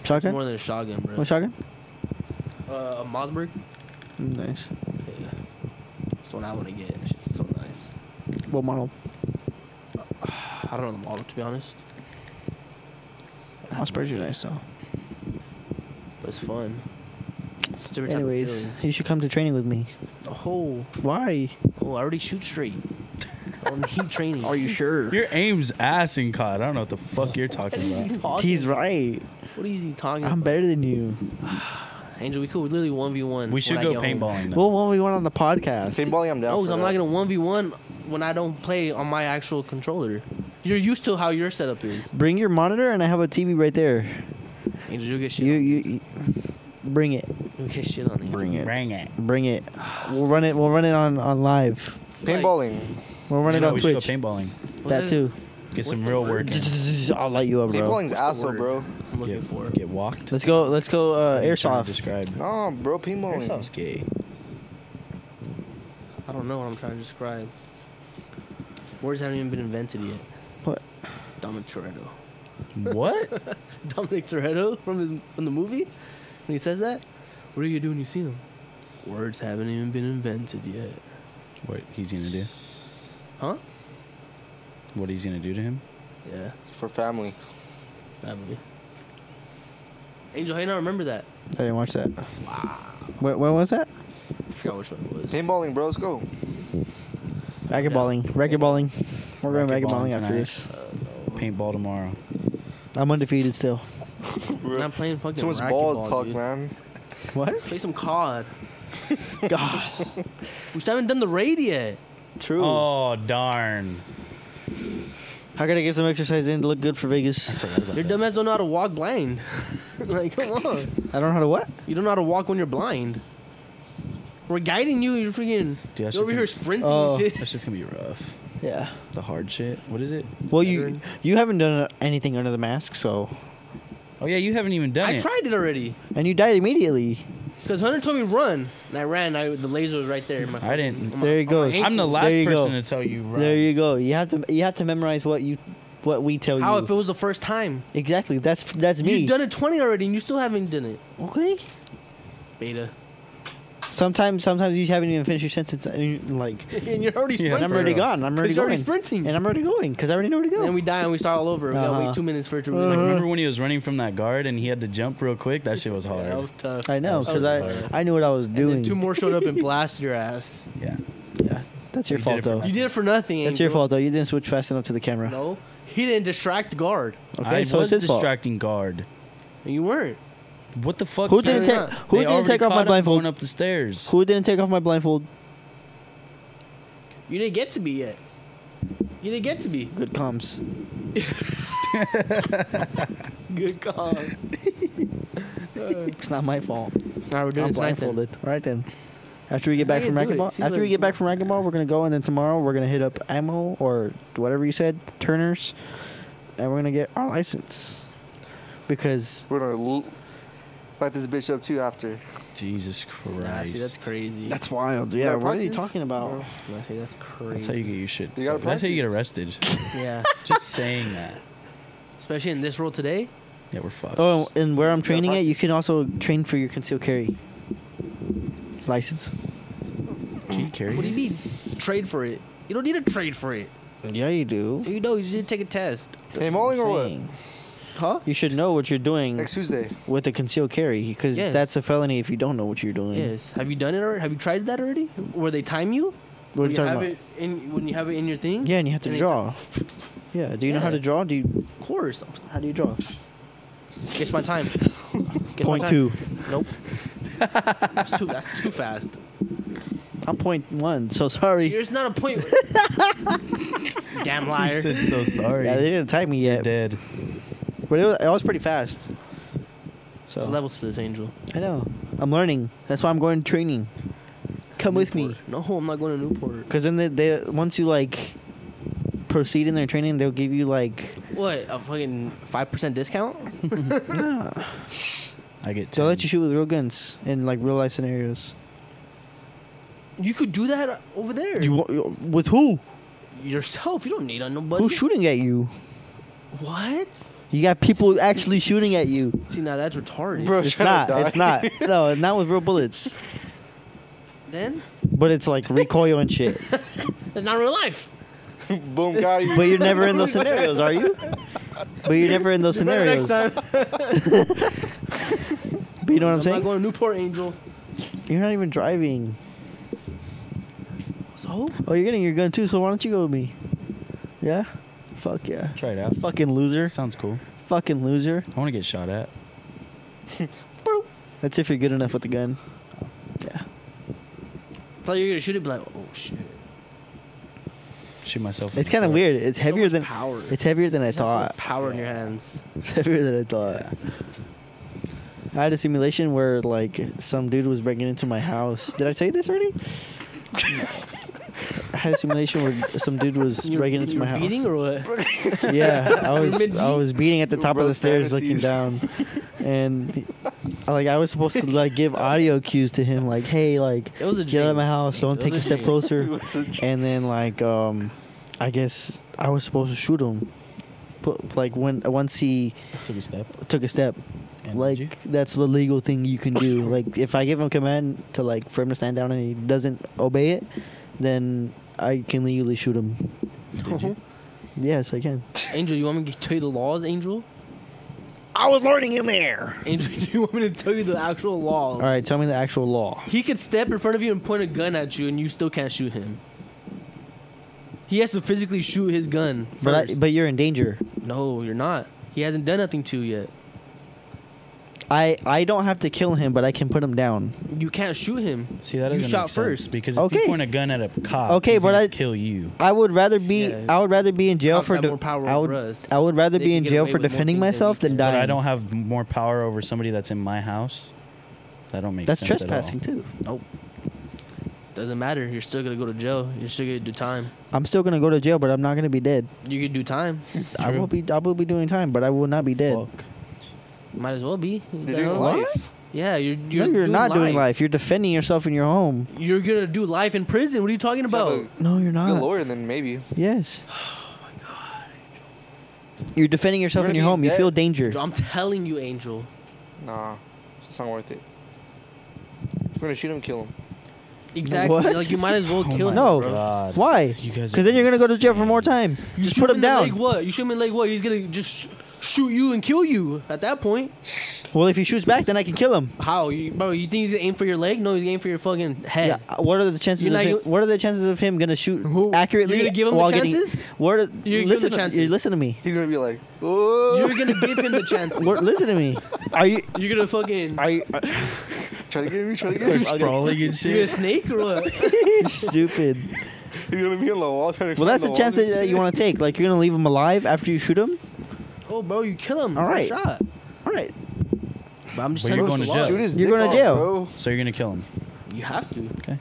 It's
Shotgun.
more than a shotgun, bro.
What shotgun?
Uh, a Mossberg.
Nice.
Yeah. That's what I want to get. It's so nice.
What model?
I don't know the model to be honest,
Asperger's nice though.
but it's fun. It's a different type of
Anyways,
feeling.
you should come to training with me.
oh,
Why?
oh, I already shoot straight. I want to keep training.
sure?
Your aim's ass in COD. I don't know what the fuck you're talking
What is
about.
he talking?
He's right.
What is he talking?
I'm
about?
better than you.
Angel, we could literally one v one.
We should go paintballing.
Well,
Though.
when we went on the podcast,
paintballing, I'm down.
No,
for
'cause Oh, I'm
that.
not gonna one v one when I don't play on my actual controller. You're used to how your setup is.
bring your monitor and I have a TV right there.
Angel, you'll get shit.
You,
on.
you, you, bring it,
You'll get shit on. Angel.
it,
Rang it.
bring it. We'll run it. We'll run it on on live.
It's like-
paintballing.
We'll run
You
it
know,
on
we
Twitch.
should go paintballing.
what's
that
the-
too.
Get
What's
some
the
real
word?
work. in.
I'll light you up, bro.
What's
Paintballing's
the
asshole,
word?
bro.
I'm looking
Get,
for Oh, it.
get walked.
Let's go. Let's go. Uh,
What are you trying to
airsoft.
Describe.
No, bro, paintballing.
Airsoft's gay.
I don't know what I'm trying to describe. Words haven't even been invented yet.
What?
Dominic Toretto.
What?
Dominic Toretto from his, from the movie? When he says that? What do you do when you see him? Words haven't even been invented yet.
what he's gonna do?
Huh?
What he's gonna do to him?
Yeah,
For family.
family. Angel, how you not remember that?
I didn't watch that. When, when was that?
I forgot which one it was.
Paintballing, bro. Let's go.
Racquetballing. Racquetballing. We're going
Racquetballing
racquetballing after
tonight.
this.
Paintball tomorrow.
I'm undefeated still.
I'm not playing fucking
Too much
racquetball,
balls talk,
dude.
man.
What?
Play some COD.
God.
We still haven't done the raid yet.
True.
Oh darn!
How can I get some exercise in to look good for Vegas?
Your dumbass don't know how to walk blind. like, come on.
I don't know how to what?
You don't know how to walk when you're blind. We're guiding you. You're freaking
Dude, that
you're over
shit's
here
gonna-
sprinting
Oh.
and
That
shit.
shit's gonna be rough.
Yeah.
The hard shit. What is it?
Well, you you haven't done anything under the mask, so
Oh yeah, you haven't even done
I
it.
tried it already
and you died immediately.
because Hunter told me run, and I ran. I, the laser was right there. In my
I didn't.
on my-
There you
on
go.
my ankle.
I'm the
There
last
you
person
go.
to tell you. Right.
There you go. You have to you have to memorize what you what we tell
How
you.
if it was the first time?
exactly. That's that's me.
You've done it 20 already, and you still haven't done it.
okay.
Beta.
Sometimes sometimes you haven't even finished your sentence and you, like
and you're already sprinting.
Yeah,
and I'm already
real.
gone. I'm already
Because
going.
you're already sprinting.
And I'm already going because I already know where to go.
And then we die and we start all over. We gotta
Uh-huh.
wait two minutes for it to
Uh-huh.
Like,
really.
remember when he was running from that guard and he had to jump real quick? That shit was hard.
that was tough.
I know
That
because
was
I
hard.
I knew what I was
And then
doing.
two more showed up and blasted your ass.
yeah.
yeah, that's your
You did
fault
it for
though.
You did it for nothing.
That's your
Angel.
fault though. You didn't switch fast enough to the camera.
No, he didn't distract guard.
Okay,
I
so
was
it's his fault.
distracting guard.
And you weren't.
What the fuck?
Who didn't
Apparently
take
not.
Who
They
didn't
already
take off
caught
my
him going
blindfold?
up the stairs?
Who didn't take off my blindfold?
You didn't get to be yet. You didn't get to be.
Good comms.
Good call.
It's not my fault.
Alright, we're doing
I'm
it tonight then.
blindfolded. All right then. After we get
How
back
you
from
do it?
racquetball,
See,
after we
look.
get back from racquetball, we're gonna go and then tomorrow we're gonna hit up ammo or whatever you said, Turners, and we're gonna get our license because
We're gonna l- light this bitch up too after.
Jesus Christ!
Nah, see, that's crazy.
that's wild. Yeah,
Like
what are you
practice?
talking about?
Nah, see, that's crazy.
That's how you get your shit.
You gotta
that's how you get arrested.
Yeah.
Just saying that.
Especially in this role today.
Yeah, we're fucked.
Oh, and where I'm training at, you
practice.
can also train for your concealed carry license.
can you carry?
What do you
it?
mean? Trade for it. You don't need to trade for it.
Yeah, you do.
You know, you just need to take a test.
Hey, bowling or what?
Huh?
You should know what you're doing
Next Tuesday.
with a concealed carry because
Yes.
that's a felony if you don't know what you're doing.
Yes. Have you done it already? Have you tried that already? Where they time you?
What are you talking
have
about?
It in, when you have it in your thing?
Yeah, and you have to
And they-
draw. Yeah. Do you know how
Yeah.
to draw? Do you?
Of course.
How do you draw?
Guess my time. Guess my
Point
time.
two.
Nope. that's, too, that's too fast.
I'm point one. So sorry.
There's not a point. Damn liar.
You said so sorry.
yeah, they didn't type me yet,
Dead.
but it was, I was pretty fast.
There's
So
levels to this angel.
I know. I'm learning. That's why I'm going to training. Come with me,
Newport. No, I'm not going to Newport.
because then they, they once you like proceed in their training, they'll give you like
What? A fucking five percent discount?
I get.
they'll let you
ten.
shoot with real guns in like real life scenarios.
You could do that over there.
You wa- you- with who?
yourself? You don't need on nobody.
Who's shooting at you?
What?
You got people actually shooting at you.
See, now that's retarded.
Bro.
It's
shut up,
not. It's not. No, not with real bullets.
Then
But it's like recoil and shit.
it's not real life.
Boom, got you.
But you're never in those scenarios, are you? But you're never in those scenarios. but you know what I'm
I'm
saying?
not going to Newport, Angel.
You're not even driving.
So
Oh, you're getting your gun too, so why don't you go with me? Yeah? Fuck yeah.
Try it out.
Fucking loser.
Sounds cool.
Fucking loser.
I want to get shot at.
That's if you're good enough with the gun. Yeah.
I thought you were gonna shoot it. Be like, oh shit.
Shoot myself. in
It's
the
kind of
foot.
weird. It's heavier
much
than
power.
It's heavier than I
There's not so much
thought.
Power in your hands.
heavier than I thought. I had a simulation where like some dude was breaking into my house. Did I tell you this already? I had a simulation where some dude was
You-
breaking into
you
my
were
house.
Beating or what?
yeah, I was
Mid-beat?
I was beating at the top of the
Both
stairs, looking down,
fantasies.
and like I was supposed to like give audio cues to him, like hey, like
It was a
get out of
dream.
my house, don't
It
take a
was a
step
dream.
closer,
What's it-
and then like um, I guess I was supposed to shoot him, but like when once he
Took a step.
took a step.
And did you?
Like that's the legal thing you can do. like if I give him command to like for him to stand down and he doesn't obey it, then I can legally shoot him.
Did you?
Yes, I can.
Angel, you want me to tell you the laws, Angel?
I was learning in there.
Andrew, do you want me to tell you the actual law?
All right, tell me the actual law.
He could step in front of you and point a gun at you, and you still can't shoot him. He has to physically shoot his gun first.
But I, but you're in danger.
no, you're not. He hasn't done nothing to you yet.
I I don't have to kill him, but I can put him down.
You can't shoot him.
See that
You
doesn't
shot
make sense,
first.
because if
Okay.
you point a gun at a cop,
Okay,
he's
but
gonna
I-
kill you.
I would rather be
Yeah.
I would rather be in jail
Cops
for
have
de-
more power
I
over
would
us.
I would rather
They
be
can
in
get
jail
away
for
with more
defending
things than we
myself than
can.
dying.
But I don't have more power over somebody that's in my house. That don't make
That's
sense.
trespassing too.
Doesn't matter. You're still gonna go to jail. You're still gonna do time.
I'm still gonna go to jail, but I'm not gonna be dead.
You could do time.
I will be I will be doing time, but I will not be dead.
At all. Fuck.
Might as well be.
You're
The
doing
hell?
life.
Yeah, you're
You're, no,
you're,
you're
doing
not
life.
doing life. You're defending yourself in your home.
You're gonna do life in prison. What are you talking about?
No, you're
Good
not.
lawyer, then maybe.
Yes.
Oh
You're defending yourself
You're
in your
gonna
home.
be
You feel
dead.
danger.
I'm telling you, Angel.
Nah, it's not worth it. If we're gonna shoot him, kill him.
Exactly.
What?
Like you might as well
Oh
kill
my
him.
No.
bro.
God.
Why?
You guys are
Because then you're gonna go to jail for more
insane.
time.
You
Just
shoot
put him
in the Leg
down.
what? You shoot him in the leg what? He's gonna just sh- shoot you and kill you at that point.
Well, if he shoots back, then I can kill him.
How, you, bro? You think he's gonna aim for your leg? No, he's gonna aim for your fucking head.
Yeah. uh, What are the chances?
You're
Of
not
him,
go-
what are the chances of him gonna shoot
Who-
accurately
you're gonna give him the
while getting?
chances?
What? Are,
You're gonna give him
listen.
the
to-
chances.
Listen to me.
He's gonna be like, oh,
You're gonna give him the chance.
What, listen to me. Are you?
You're gonna fucking.
Are you uh,
try to get me, try to get me.
Sprawling and
You a
shit.
snake or what?
you're stupid?
You're gonna be on the wall trying to.
Well, that's
climb
the
wall
chance that,
and
that uh,
shit.
you want to take. Like you're gonna leave him alive after you shoot him.
Oh, bro, you kill him.
All
All right.
right.
Shot.
All right.
But I'm just telling
But you're
you,
going to
the law.
jail.
Shoot his
You're
dick
going to
off,
jail.
bro.
So you're gonna kill him.
You have to.
Okay.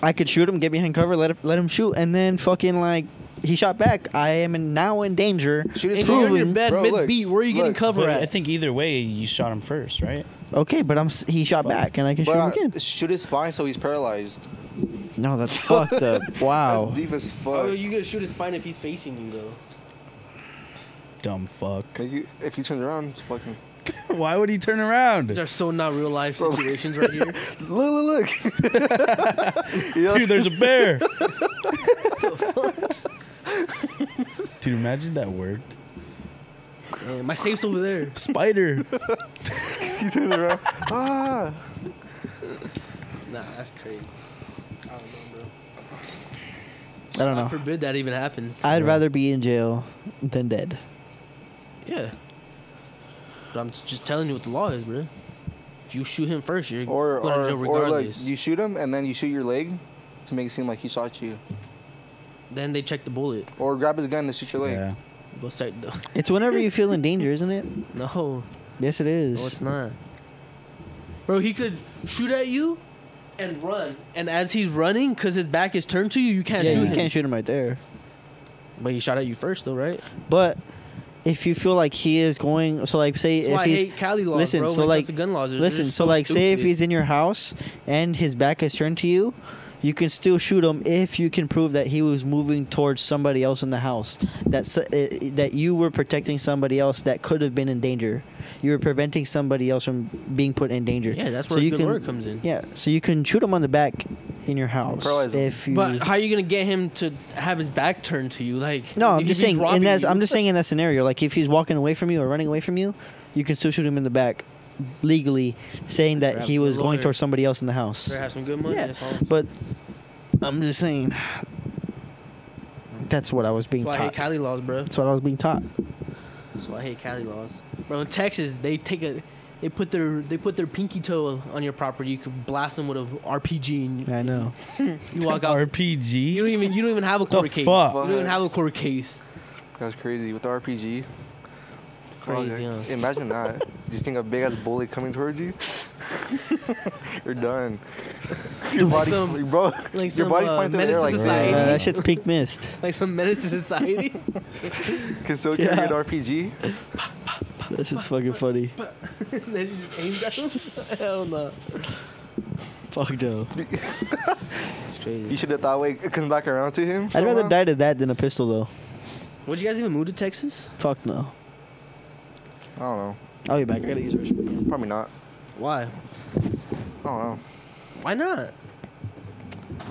I could shoot him, get behind cover, let him, let him shoot, and then fucking like he shot back. I am in, now in danger.
Shoot his
And you're in your
Proven.
bed
Bro,
mid
look,
beat. Where are you getting
look,
cover
But
at?
I think either way, you shot him first, right?
Okay, but I'm s- he shot
Fuck.
back, and I can shoot him
But
again.
I- shoot his spine so he's paralyzed.
No, that's fucked up. Wow.
That's deep as fuck.
oh, you gonna shoot his spine if he's facing you though.
Dumb fuck.
Like, you- if you turn around, it's fucking.
Why would he turn around?
These are so not real life
Bro.
situations right here.
Look, look, look. you know,
Dude, there's a bear. Dude, imagine that worked.
Man, my safe's over there.
Spider.
you turn around. Ah.
Nah, that's crazy. I don't know, bro.
I don't
God
know.
forbid that even happens.
I'd rather be in jail than dead.
yeah. But I'm just telling you what the law is, bro. If you shoot him first, you're
Or
going to
or
jail
or like
regardless.
you shoot him and then you shoot your leg to make it seem like he shot you.
then they check the bullet.
Or grab his gun and shoot your leg.
Yeah.
Go start. The-
It's whenever you feel in danger, isn't it?
no,
Yes, it
no,
is.
it's not. Bro, he could shoot at you and run. And as he's running, because his back is turned to you, you can't
yeah,
shoot
you
him.
can't shoot him right there.
But he shot at you first, though, right?
But if you feel like he is going, so like say
That's
if
why I
he's
hate Cali laws,
listen,
bro.
so
when it comes
like-
to gun laws, They're
Listen,
just
so like, say if
stupid.
he's in your house and his back is turned to you, you can still shoot him if you can prove that he was moving towards somebody else in the house. That s- uh, that you were protecting somebody else that could have been in danger. You were preventing somebody else from being put in danger.
Yeah, that's
So
where
you
good
can-
lawyer comes in.
Yeah, so you can shoot him on the back in your house
Paralyze him.
if you.
But how are you gonna get him to have his back turned to you? Like
no,
if
I'm just
he's
saying. In
robbing
that,
you-
I'm just saying in that scenario, like if he's walking away from you or running away from you, you can still shoot him in the back, legally, saying that
Grab
he
the
was going
lawyer.
towards somebody else in the house.
Better have some good money.
Yeah.
That's all.
But I'm just saying, that's what I was being
That's why I hate
taught.
Cali laws, bro.
That's what I was being taught.
That's why I hate Cali laws, bro. In Texas, they take a, they put their they put their pinky toe on your property. You could blast them with a RPG and you,
I know.
you walk out.
RPG.
You don't even you don't even have a court case.
fuck?
You don't even have a court case.
That was crazy with the RPG.
Crazy,
Fuck,
huh?
Imagine that. Just think a big ass bullet coming towards you. You're done. Your body,
Some-
bro.
like
your
some,
body's
uh,
flying through the
menace
air
to
like
society.
Uh,
that.
that shit's pink mist.
Like some menace to society.
Can so carry
Yeah.
an RPG?
That shit's fucking funny.
and then you just aimed at 'em. Hell no.
Fuck no.
It's crazy.
You should have thought, wait, it comes back around to him.
I'd rather
somehow.
die to that than a pistol, though.
Would you guys even move to Texas?
Fuck no.
I don't know.
I'll be back. I gotta use restroom.
Probably not.
Why?
I don't know.
Why not?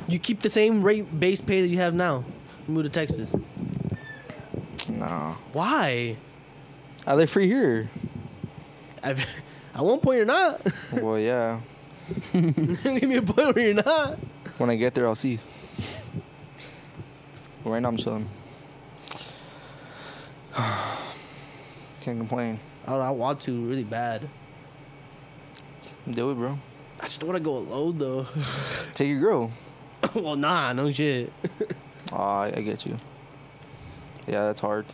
You keep the same rate base pay that you have now. You move to Texas.
No.
Why?
Are they free here?
I've, at one point, you're not.
well, yeah.
Give me a point where you're not.
When I get there, I'll see. right now, I'm chilling. Can't complain.
I, don't, know, I want to really bad.
Do it, bro.
I just want to go alone though.
Take your girl.
well, nah, no shit.
Ah, I get you. Yeah, that's hard.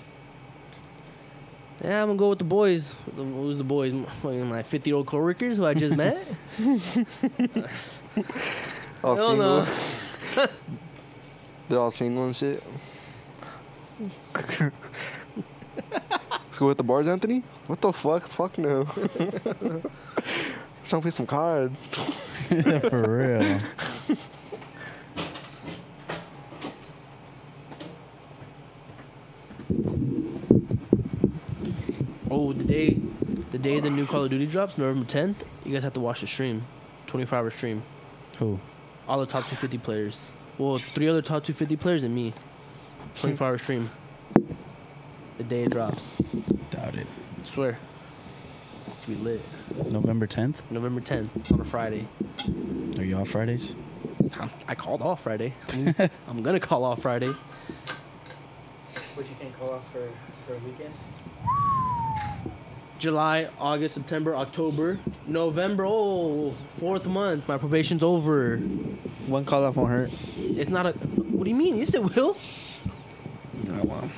Yeah, I'm gonna go with the boys. The- Who's the boys? My- My 50 year old coworkers who I just met.
All
Hell no.
single. They're all single and shit. Let's go hit the bars, Anthony. What the fuck? Fuck no. Trying to play some card.
For real.
Oh, the day, the day the new Call of Duty drops, November 10th. You guys have to watch the stream, 24 hour stream.
Who?
All the top 250 players. Well, three other top 250 players and me. 24 hour stream. The day it drops.
Doubt it.
I swear. It's gonna be lit.
November 10th?
November 10th on a Friday.
Are you off Fridays?
I'm, I called off Friday. I'm, I'm gonna call off Friday.
Which you can't call off for, for a weekend.
July, August, September, October, November. Oh, fourth month. My probation's over.
One call off won't hurt.
It's not a. What do you mean? Yes, it will.
Oh, well.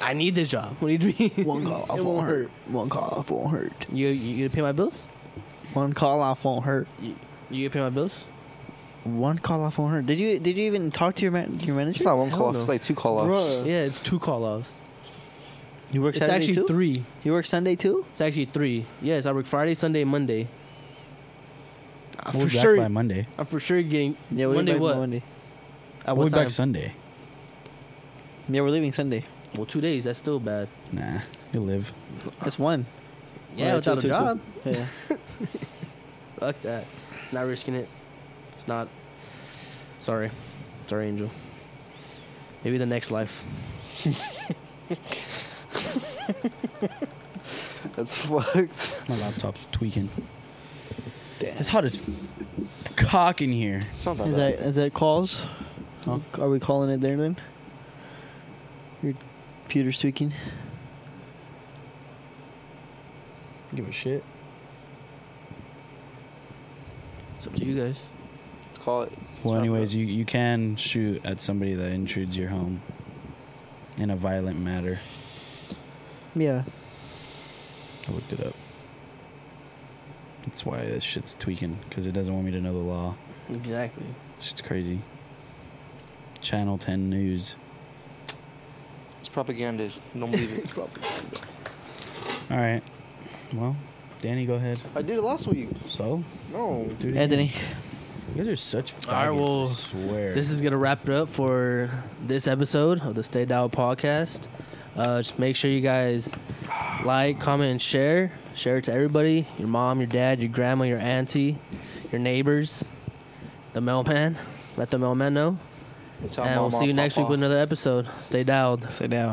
I need this job. What do you mean?
One call off
it
won't
won't
hurt. One call off won't hurt.
You you gonna pay my bills?
One call off won't hurt.
You, you gonna pay my bills?
One call off won't hurt. Did you did you even talk to your man, your manager?
It's not one
Hell
call off,
no.
it's like two call offs.
Bruh.
Yeah, it's two call offs.
You work
It's
Saturday
actually
too.
three.
You work Sunday too.
It's actually three. Yes, I work Friday, Sunday, and Monday. I'm
We'll
Uh, for
be back
sure.
by Monday.
I'm for sure getting
Yeah, we're
Monday.
back
What?
Monday.
At
we'll
what
be
time?
back Sunday.
Yeah, we're leaving Sunday.
well, two days. That's still bad.
Nah, you'll live.
That's one.
Yeah,
Alright,
without
two,
a
two, two.
job.
Yeah.
Fuck that. Not risking it. It's not. Sorry. Sorry, Angel. Maybe the next life.
That's fucked.
My laptop's tweaking. It's hot as f- cock in here.
It's not that
Is
bad.
that is that calls?
Huh?
Are we calling it there then? Your computer's tweaking.
Give a shit.
It's up to you guys.
Let's call it.
Well,
Let's wrap it
anyways,
up.
you, you can shoot at somebody that intrudes your home in a violent manner.
Yeah.
I looked it up. That's why this shit's tweaking, because it doesn't want me to know the law.
Exactly.
It's just crazy. Channel 10 News.
It's propaganda. Don't believe it.
All right. Well, Danny, go ahead.
I did it last week.
So,
No.
dude,
Anthony.
you guys are such faggots.
All right, well,
I swear.
This is gonna wrap it up for this episode of the Stay Dial podcast. Uh, just make sure you guys like, comment, and share. Share it to everybody: your mom, your dad, your grandma, your auntie, your neighbors, the mailman. Let the mailman know,
Tell
and
mama,
we'll see you next week
papa.
with another episode. Stay dialed.
Sit down.